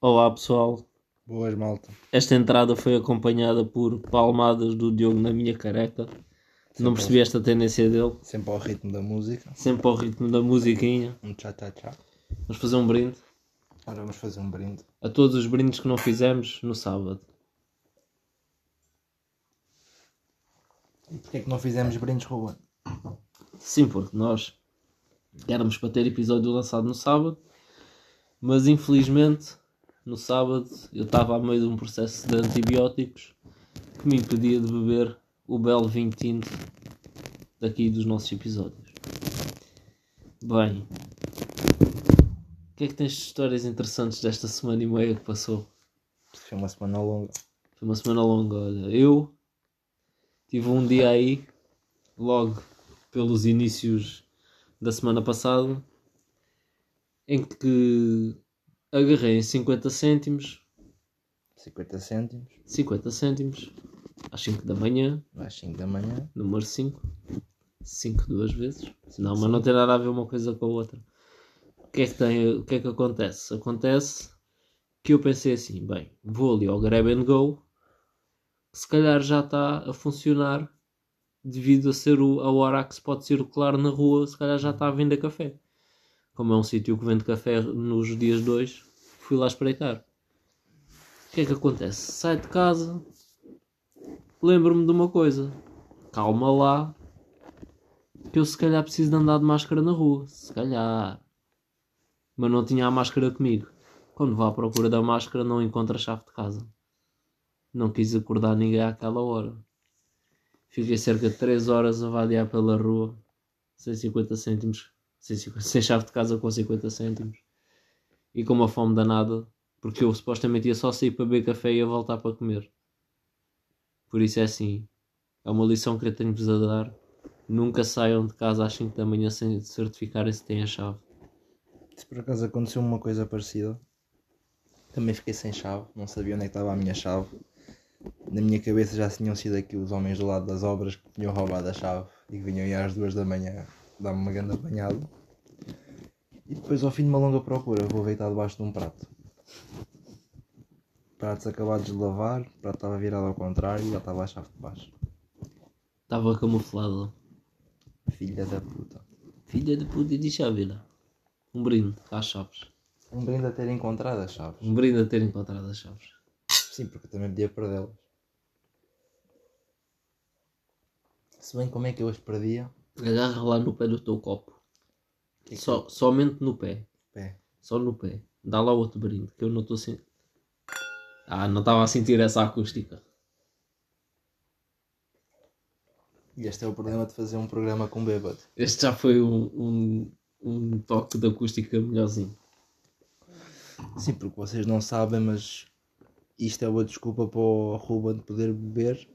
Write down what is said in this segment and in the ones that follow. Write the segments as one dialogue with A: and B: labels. A: Olá pessoal,
B: Boas, malta.
A: esta entrada foi acompanhada por palmadas do Diogo na minha careca. Não percebi esta tendência dele,
B: Sempre ao ritmo da música.
A: sempre ao ritmo da musiquinha.
B: Um tchá tchá tchá.
A: Vamos fazer um brinde
B: Agora vamos fazer um brinde.
A: a todos os brindes que não fizemos no sábado.
B: E porquê é que não fizemos brindes, Ruben?
A: Sim, porque nós éramos para ter episódio lançado no sábado, mas infelizmente no sábado eu estava a meio de um processo de antibióticos que me impedia de beber o belo vinho tinto daqui dos nossos episódios. Bem, o que é que tens de histórias interessantes desta semana e meia que passou?
B: Porque Foi uma semana longa.
A: Foi uma semana longa, olha. Eu tive um dia aí, logo pelos inícios da semana passada, em que agarrei em 50 cêntimos,
B: 50 cêntimos. é
A: 50 cêntimos, às 5 da manhã,
B: Às 5 da manhã.
A: número 5, 5 duas vezes. Não, mas não tem nada a ver uma coisa com a outra. O que é que, tem, o que, é que acontece? Acontece que eu pensei assim, bem, vou ali ao Grab and Go, que se calhar já está a funcionar devido a ser o, a hora que se pode circular na rua, se calhar já está a vender café. Como é um sítio que vende café nos dias 2, fui lá espreitar. O que é que acontece? Saio de casa, lembro-me de uma coisa. Calma lá, que eu se calhar preciso de andar de máscara na rua. Se calhar. Mas não tinha a máscara comigo. Quando vá à procura da máscara, não encontro a chave de casa. Não quis acordar ninguém àquela hora. Fiquei cerca de 3 horas a vadear pela rua, sem 50 cêntimos, sem, 50 sem chave de casa com 50 cêntimos. E com uma fome danada, porque eu supostamente ia só sair para beber café e ia voltar para comer. Por isso é assim, é uma lição que eu tenho-vos a dar. Nunca saiam de casa às 5 da manhã sem certificarem se têm a chave.
B: Se por acaso aconteceu uma coisa parecida. Também fiquei sem chave. Não sabia onde é que estava a minha chave. Na minha cabeça já tinham sido aqui os homens do lado das obras que tinham roubado a chave. E que vinham aí às 2 da manhã. Dar-me uma grande apanhada. E depois ao fim de uma longa procura vou deitar debaixo de um prato. Pratos acabados de lavar, o prato estava virado ao contrário e já estava a chave de baixo.
A: Estava camuflado.
B: Filha da puta.
A: Filha de puta de chaveira. Um brinde às chaves.
B: Um brinde a ter encontrado as chaves.
A: Um brinde a ter encontrado as chaves.
B: Sim, porque eu também podia perdê-las. Se bem como é que eu as perdia.
A: Agarra lá no pé do teu copo.
B: Que que-
A: Só, somente no pé.
B: Pé.
A: Só no pé. Dá lá outro brinde, que eu não estou sentindo. Ah, não estava a sentir essa acústica.
B: E este é o problema de fazer um programa com bêbado.
A: Este já foi um, um, um toque de acústica melhorzinho.
B: Sim, porque vocês não sabem, mas isto é uma desculpa para o Ruben poder beber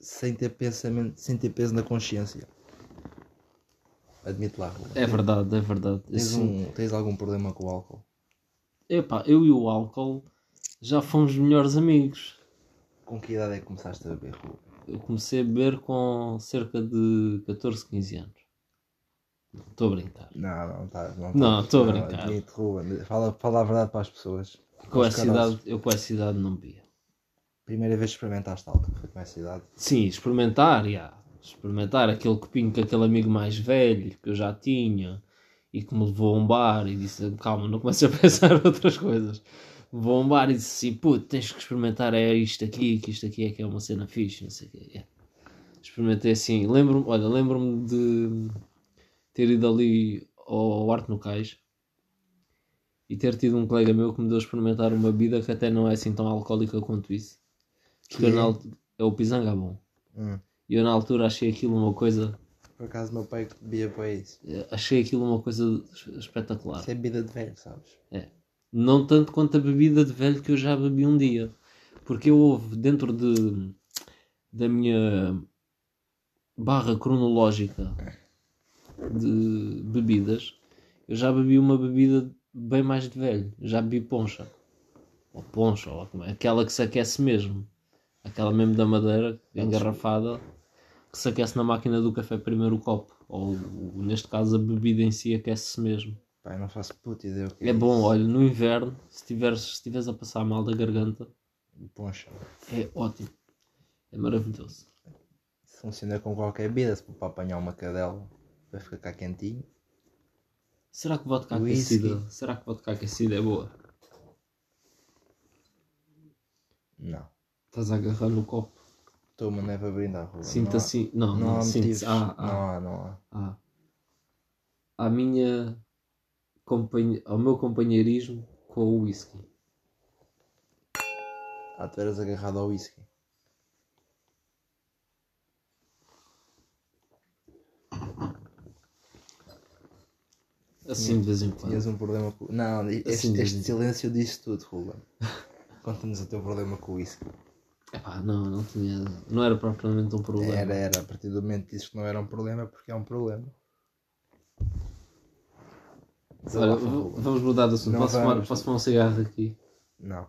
B: sem ter, pensamento, sem ter peso na consciência. Admite lá, Ruben.
A: É verdade, é verdade.
B: Tens,
A: Esse-
B: um- tens algum problema com o álcool?
A: Epá, eu e o álcool já fomos melhores amigos.
B: Com que idade é que começaste a beber, Ruben?
A: Eu comecei a beber com cerca de 14, 15 anos. Estou a brincar.
B: Não, não tá, não,
A: Não,
B: tá-
A: tô a brincar.
B: Admite, Ruben. Fala, fala a verdade para as pessoas.
A: Com
B: Aos
A: essa
B: caroços.
A: idade, eu com essa idade não bebia.
B: Primeira vez que experimentaste álcool, foi com essa idade.
A: Sim, experimentar, já. Experimentar aquele copinho com aquele amigo mais velho que eu já tinha e que me levou a um bar e disse: Calma, não comece a pensar outras coisas. Vou a um bar e disse assim: Pô, tens que experimentar, é isto aqui, que isto aqui é que é uma cena fixe, não sei o quê. É. Experimentei assim. Lembro-me, olha, lembro-me de ter ido ali ao Arte no Cais e ter tido um colega meu que me deu a experimentar uma bebida que até não é assim tão alcoólica quanto isso. Que
B: Que
A: eu
B: é?
A: na alt- é o Pisangabon.
B: Hum.
A: E eu na altura achei aquilo uma coisa,
B: Por acaso, meu pai bebia para isso.
A: eh, achei aquilo uma coisa es- espetacular.
B: Isso é bebida de velho, sabes?
A: Não tanto quanto a bebida de velho que eu já bebi um dia, porque eu houve dentro de da minha barra cronológica de bebidas, eu já bebi uma bebida bem mais de velho, eu já bebi poncha. Ou poncha, ou como é, aquela que se aquece mesmo. Aquela mesmo da madeira, engarrafada, que se aquece na máquina do café primeiro o copo. Ou, o- neste caso a bebida em si aquece-se mesmo.
B: Pá, eu não faço puta ideia o que
A: É bom,
B: isso.
A: olha, no inverno, se tiveres, se estiveres a passar mal da garganta,
B: Poncha.
A: é ótimo. É maravilhoso.
B: Isso Funciona com qualquer bebida, se for para apanhar uma cadela, vai ficar cá quentinho.
A: Será que vodka
B: Whisky.
A: aquecida? Será que vodka aquecida é boa?
B: Não.
A: Estás a agarrar no copo.
B: Estou uma neve a brindar, Ruben.
A: Sinta
B: não há-
A: assim. Não,
B: Não
A: não,
B: há motivos.
A: sinta ah, ah,
B: Não há, não há.
A: ah. A minha companhe- ao meu companheirismo com o whisky.
B: Ah, tu eras agarrado ao whisky.
A: Assim de vez em quando.
B: Tinhas um problema com. Não, este,
A: Assim,
B: este
A: diz-me.
B: silêncio diz tudo, Ruben. Conta-nos o teu problema com o whisky.
A: Epá, não, não tinha. Não era propriamente um problema.
B: Era, era. A partir do momento que dizes que não era um problema, é porque é um problema.
A: Olha,
B: Desabafa,
A: v-
B: Ruben.
A: vamos mudar de assunto.
B: Não
A: Posso, fumar,
B: vamos.
A: posso fumar um cigarro aqui?
B: Não,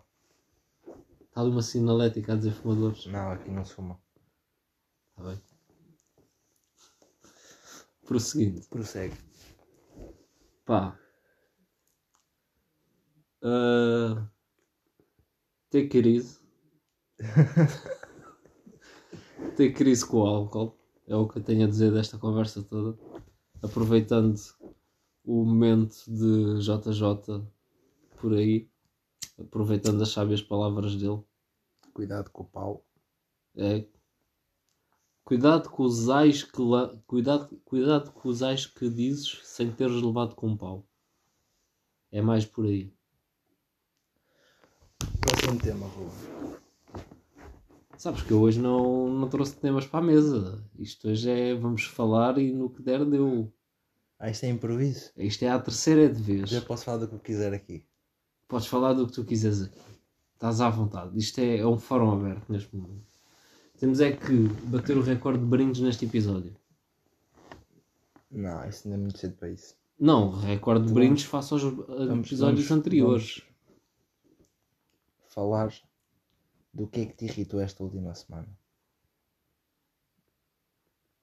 A: Está ali uma sinalética a dizer fumadores.
B: não, aqui não se fuma.
A: Está Tá bem. Prosseguindo.
B: Prossegue.
A: Pá. Ah, ter crise. ter crise com o álcool. É o que eu tenho a dizer desta conversa toda. Aproveitando o momento de JJ por aí. Aproveitando as sábias palavras dele.
B: Cuidado com o pau.
A: É. Cuidado com os ais que la- cuidado, cuidado com os ais que dizes sem teres levado com um pau. É mais por aí.
B: Próximo tema, Ruben.
A: Sabes que eu hoje não, não trouxe temas para a mesa. Isto hoje é vamos falar e no que der deu.
B: Ah, isto é improviso.
A: Isto é a terceira de vez.
B: Já posso falar do que eu quiser aqui.
A: Podes falar do que tu quiseres aqui. Estás à vontade. Isto é, é um fórum aberto neste momento. Temos é que bater o recorde de brindes neste episódio.
B: Não, isso ainda é muito cedo para isso.
A: Não, recorde de
B: Vamos-
A: brindes face aos eh,
B: vamos-
A: episódios
B: vamos-
A: anteriores.
B: Falar do que é que te irritou esta última semana.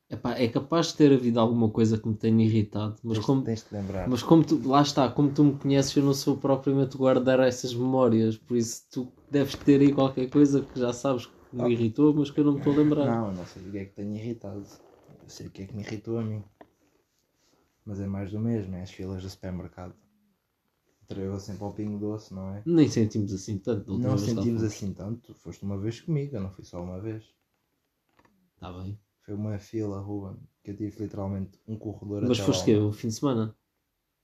A: Epá, é capaz de ter havido alguma coisa que me tenha irritado, mas
B: Tens-
A: como,
B: Tens de lembrar.
A: mas como tu, lá está, como tu me conheces, eu não sou propriamente o guardar essas memórias, por isso tu deves ter aí qualquer coisa que já sabes que me
B: Ah.
A: irritou, mas que eu não me estou a lembrar.
B: Não, não sei o que é que tenho irritado. Eu sei o que é que me irritou a mim. Mas é mais do mesmo, é as filas do supermercado. Traiu sempre ao pingo doce, não é?
A: Nem sentimos assim tanto. da última
B: Não
A: vez que lá
B: sentimos
A: fomos.
B: assim tanto. Tu Foste uma vez comigo, eu não fui só uma vez. assim.
A: Tá bem.
B: Foi uma fila, Ruben, que eu tive literalmente um corredor
A: Mas
B: até
A: foste
B: lá.
A: quê? Um fim de semana?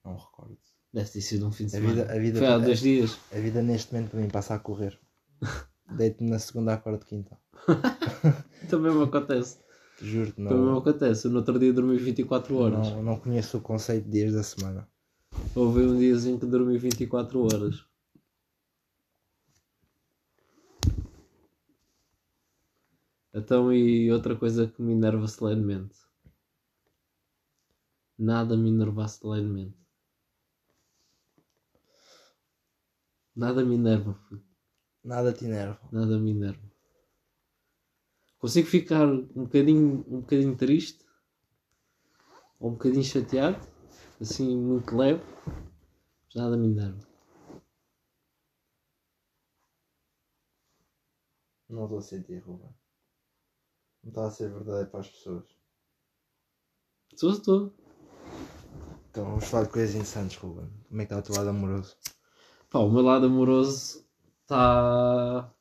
B: Não me recordo.
A: Deve ter sido um fim de
B: A
A: semana.
B: vida- a vida-
A: Foi há
B: a-
A: dois dias.
B: A vida neste momento para mim passa a correr. Deito-me na segunda à quarta de quinta.
A: Também me acontece.
B: Juro-te,
A: Também me
B: não,
A: acontece. Eu no outro dia dormi 24 horas.
B: não, não conheço o conceito de dias da semana.
A: Houve um diazinho que dormi 24 horas. Então, e outra coisa que me enerva solenemente. Nada me enerva solenemente. Nada me enerva, puto.
B: Nada te enerva.
A: nada me enerva. Consigo ficar um bocadinho, um bocadinho triste ou um bocadinho chateado, assim muito leve, mas nada me enerva.
B: Não estou a sentir, Ruben. Não está a ser verdadeiro para as pessoas.
A: Estou, estou.
B: Então vamos falar de coisas insanas, Ruben. Como é que está o teu lado amoroso?
A: Pá, o meu lado amoroso está.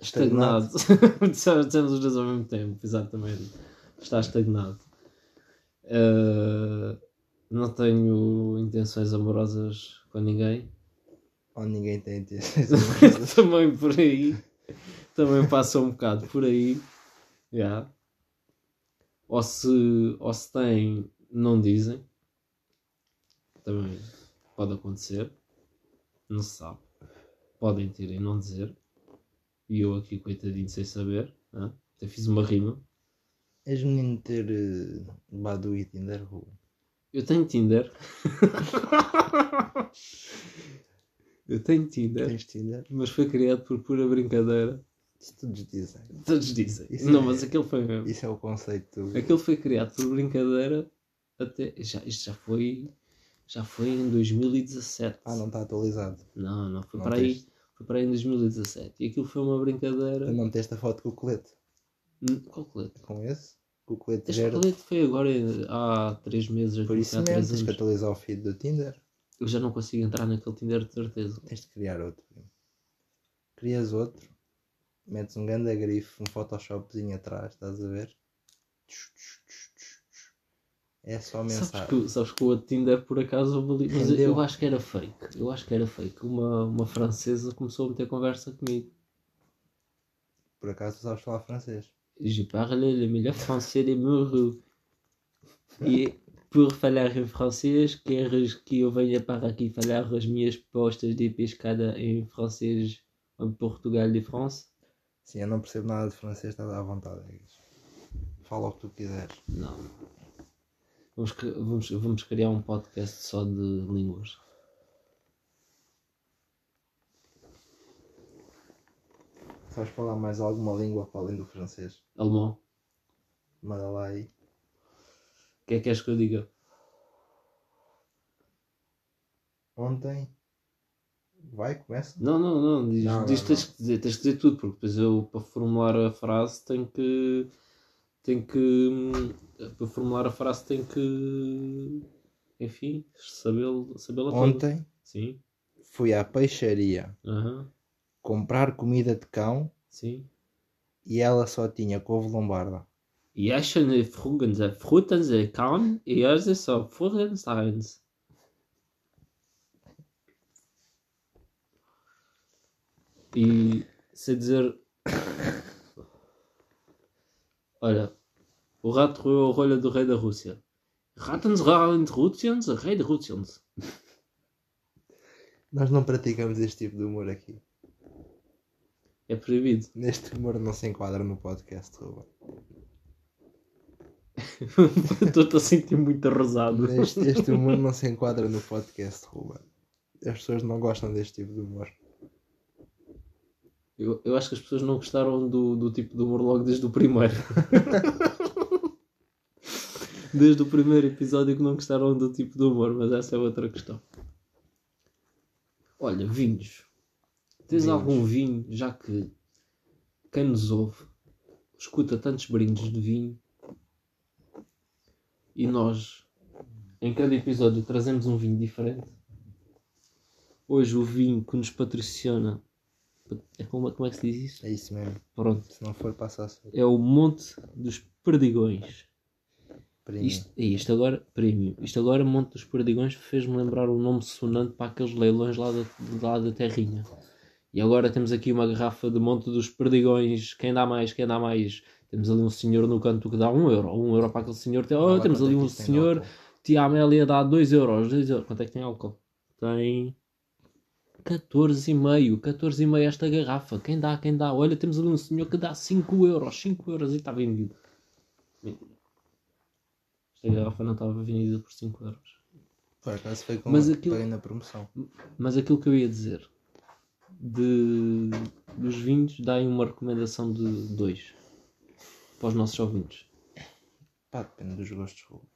A: estagnado. Dissemos dissemos os dois ao mesmo tempo, exatamente. Está estagnado. Eh, não tenho intenções amorosas com ninguém.
B: Onde ninguém tem tido.
A: Também por aí. Também passa um bocado por aí. já Ou, se, ou se tem, não dizem. Também pode acontecer. Não se sabe. Podem ter e não dizer. E eu aqui, coitadinho, sem saber. né? Até fiz uma rima.
B: És menino de ter eh, Badu e Tinder, Ruben.
A: Eu tenho Tinder. eu tenho Tinder.
B: Tens Tinder?
A: Mas foi criado por pura brincadeira.
B: Isso todos dizem.
A: Todos dizem.
B: Isso
A: não,
B: é-
A: mas aquele foi mesmo.
B: Isso é o conceito.
A: Aquele foi criado por brincadeira até. Já, isto já foi Já foi em 2017.
B: Ah, não está atualizado.
A: Não, não, foi
B: Não
A: para aí. Foi para aí em 2017. E aquilo foi uma
B: Tu
A: brincadeira.
B: não meteste a foto com o colete.
A: Hum, Qual colete?
B: É com esse? Com o colete
A: Este
B: verde.
A: colete foi agora eh, há 3 meses,
B: Por isso
A: há
B: mesmo,
A: três
B: tens que
A: anos.
B: atualizar o feed do Tinder.
A: Eu já não consigo entrar naquele Tinder de certeza.
B: Tens de criar outro. Crias outro. Metes um ganda grifo, um photoshopzinho atrás, estás a ver? É só
A: Sabes
B: mensagem.
A: que, sabes que o outro Tinder por acaso houve ali- mas eu-
B: Rendeu.
A: eu acho que era fake. Eu acho que era fake. Uma, uma francesa começou a meter conversa comigo.
B: Por acaso tu sabes falar francês?
A: Je parle le meilleur français de mon rue. E por falar em francês, queres que eu venha para aqui falar as minhas postas de pescada em francês em Portugal de France?
B: Sim, eu não percebo nada de francês, estás à vontade. Egas. Fala o que tu quiseres.
A: Não. Vamos, cri- vamos, vamos criar um podcast só de línguas.
B: Sabes falar mais alguma língua para além do francês?
A: Alemão. O
B: Manda lá aí.
A: que é que és que eu diga?
B: Ontem. Vai, começa.
A: Não, não, não. Diz,
B: Não,
A: diz
B: não,
A: tens que dizer, tens que dizer tudo, porque depois eu para formular a frase tenho que. Tenho que. hum, Para formular a frase tenho que. Enfim, sabê-lo- sabê-la toda.
B: Ontem
A: Sim.
B: fui à peixaria
A: Aham.
B: comprar comida de cão
A: Sim.
B: e ela só tinha couve lombarda.
A: E acham e frugen se, frutan se kaum, e hoje só frugen seins. E se dizer. Olha, o rato roeu a rolha do rei da Rússia. Ratens ralent Russians, rei de Russians.
B: Nós não praticamos este tipo de humor aqui.
A: É proibido.
B: Neste humor não se enquadra no podcast, Ruben.
A: Estou-te a sentir muito arrasado.
B: Este, este humor não se enquadra no podcast, Ruben. As pessoas não gostam deste tipo de humor.
A: Eu, eu acho que as pessoas não gostaram do, do tipo de humor logo desde o primeiro. desde o primeiro episódio que não gostaram do tipo de humor, mas essa é outra questão. Olha, vinhos. Tens
B: Vinhos.
A: algum vinho, já que quem nos ouve escuta tantos brindes de vinho e nós em cada episódio trazemos um vinho diferente. Hoje o vinho que nos patrocina é como, como é que se diz isso?
B: É isso mesmo.
A: Pronto.
B: Se não for, passa a ser.
A: É o Monte dos Perdigões.
B: Primo.
A: Isto, e isto agora, premium. Isto agora, Monte dos Perdigões, fez-me lembrar o nome sonante para aqueles leilões lá da, de lá da Terrinha. E agora temos aqui uma garrafa de Monte dos Perdigões. Quem dá mais? Quem dá mais? Temos ali um senhor no canto que dá um euro. Um euro para aquele senhor. Tem-
B: Olha
A: Oh,
B: lá
A: temos
B: quanto
A: ali
B: é que
A: um
B: isto tem de
A: senhor.
B: álcool.
A: Tia Amélia dá 2 euros, 2 euros. Quanto é que tem álcool? Tem 14,5. 14,5 esta garrafa. Quem dá, quem dá? Olha, temos ali um senhor que dá 5 euros. 5 euros e está vendido. Mentira. Esta garrafa não estava vendida por 5 euros.
B: Por acaso foi com
A: Mas
B: Mas
A: aquilo-
B: paguei na promoção.
A: Mas aquilo que eu ia dizer de, dos vinhos, dai uma recomendação de 2 para os nossos ouvintes.
B: Pá, depende dos gostos, Ruben.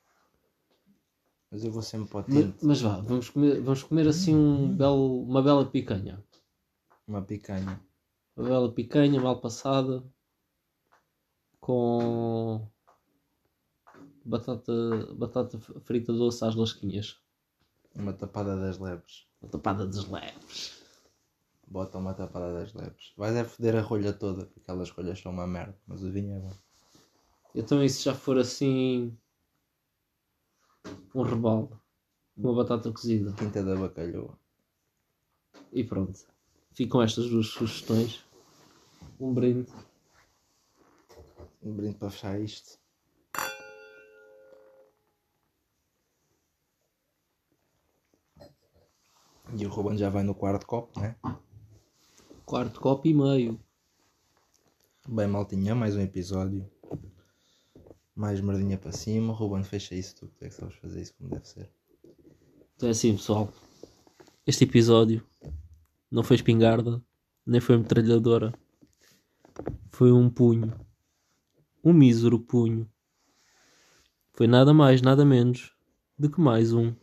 B: Mas eu vou sempre para o
A: Mas,
B: tinto.
A: mas vá, vamos comer, vamos comer assim um belo, uma bela picanha.
B: Uma picanha.
A: Uma bela picanha mal passada com batata, batata frita doce às lasquinhas.
B: Uma tapada das lebres.
A: Uma tapada dos leves.
B: Bota uma tapada das lebres. Vais é foder a rolha toda, porque aquelas rolhas são uma merda. Mas o vinho é bom.
A: Então e se já for assim um rebaldo, uma batata cozida
B: Quinta da bacalhoa.
A: e pronto. Ficam estas duas sugestões. Um brinde.
B: Um brinde para fechar isto. E o Ruben já vai no quarto copo, né?
A: Quarto copo e meio.
B: Bem, maltinha, mais um episódio. Mais merdinha para cima. Ruben, fecha isso tu, que é que sabes fazer isso como deve ser.
A: Então é assim, pessoal. Este episódio não foi espingarda, nem foi metralhadora. Foi um punho. Um mísero punho. Foi nada mais, nada menos do que mais um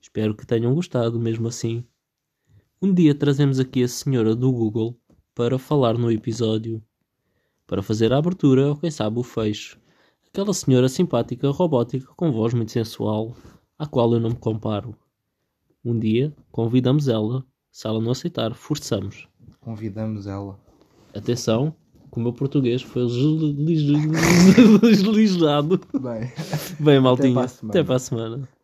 A: Espero que tenham gostado, mesmo assim. Um dia trazemos aqui a senhora do Google para falar no episódio, para fazer a abertura ou quem sabe o fecho. Aquela senhora simpática, robótica, com voz muito sensual, à qual eu não me comparo. Um dia convidamos ela, se ela não aceitar, forçamos.
B: Convidamos ela.
A: Atenção, que o meu português foi legislado.
B: Bem.
A: Bem,
B: para a
A: maltinha,
B: semana.
A: até para a semana.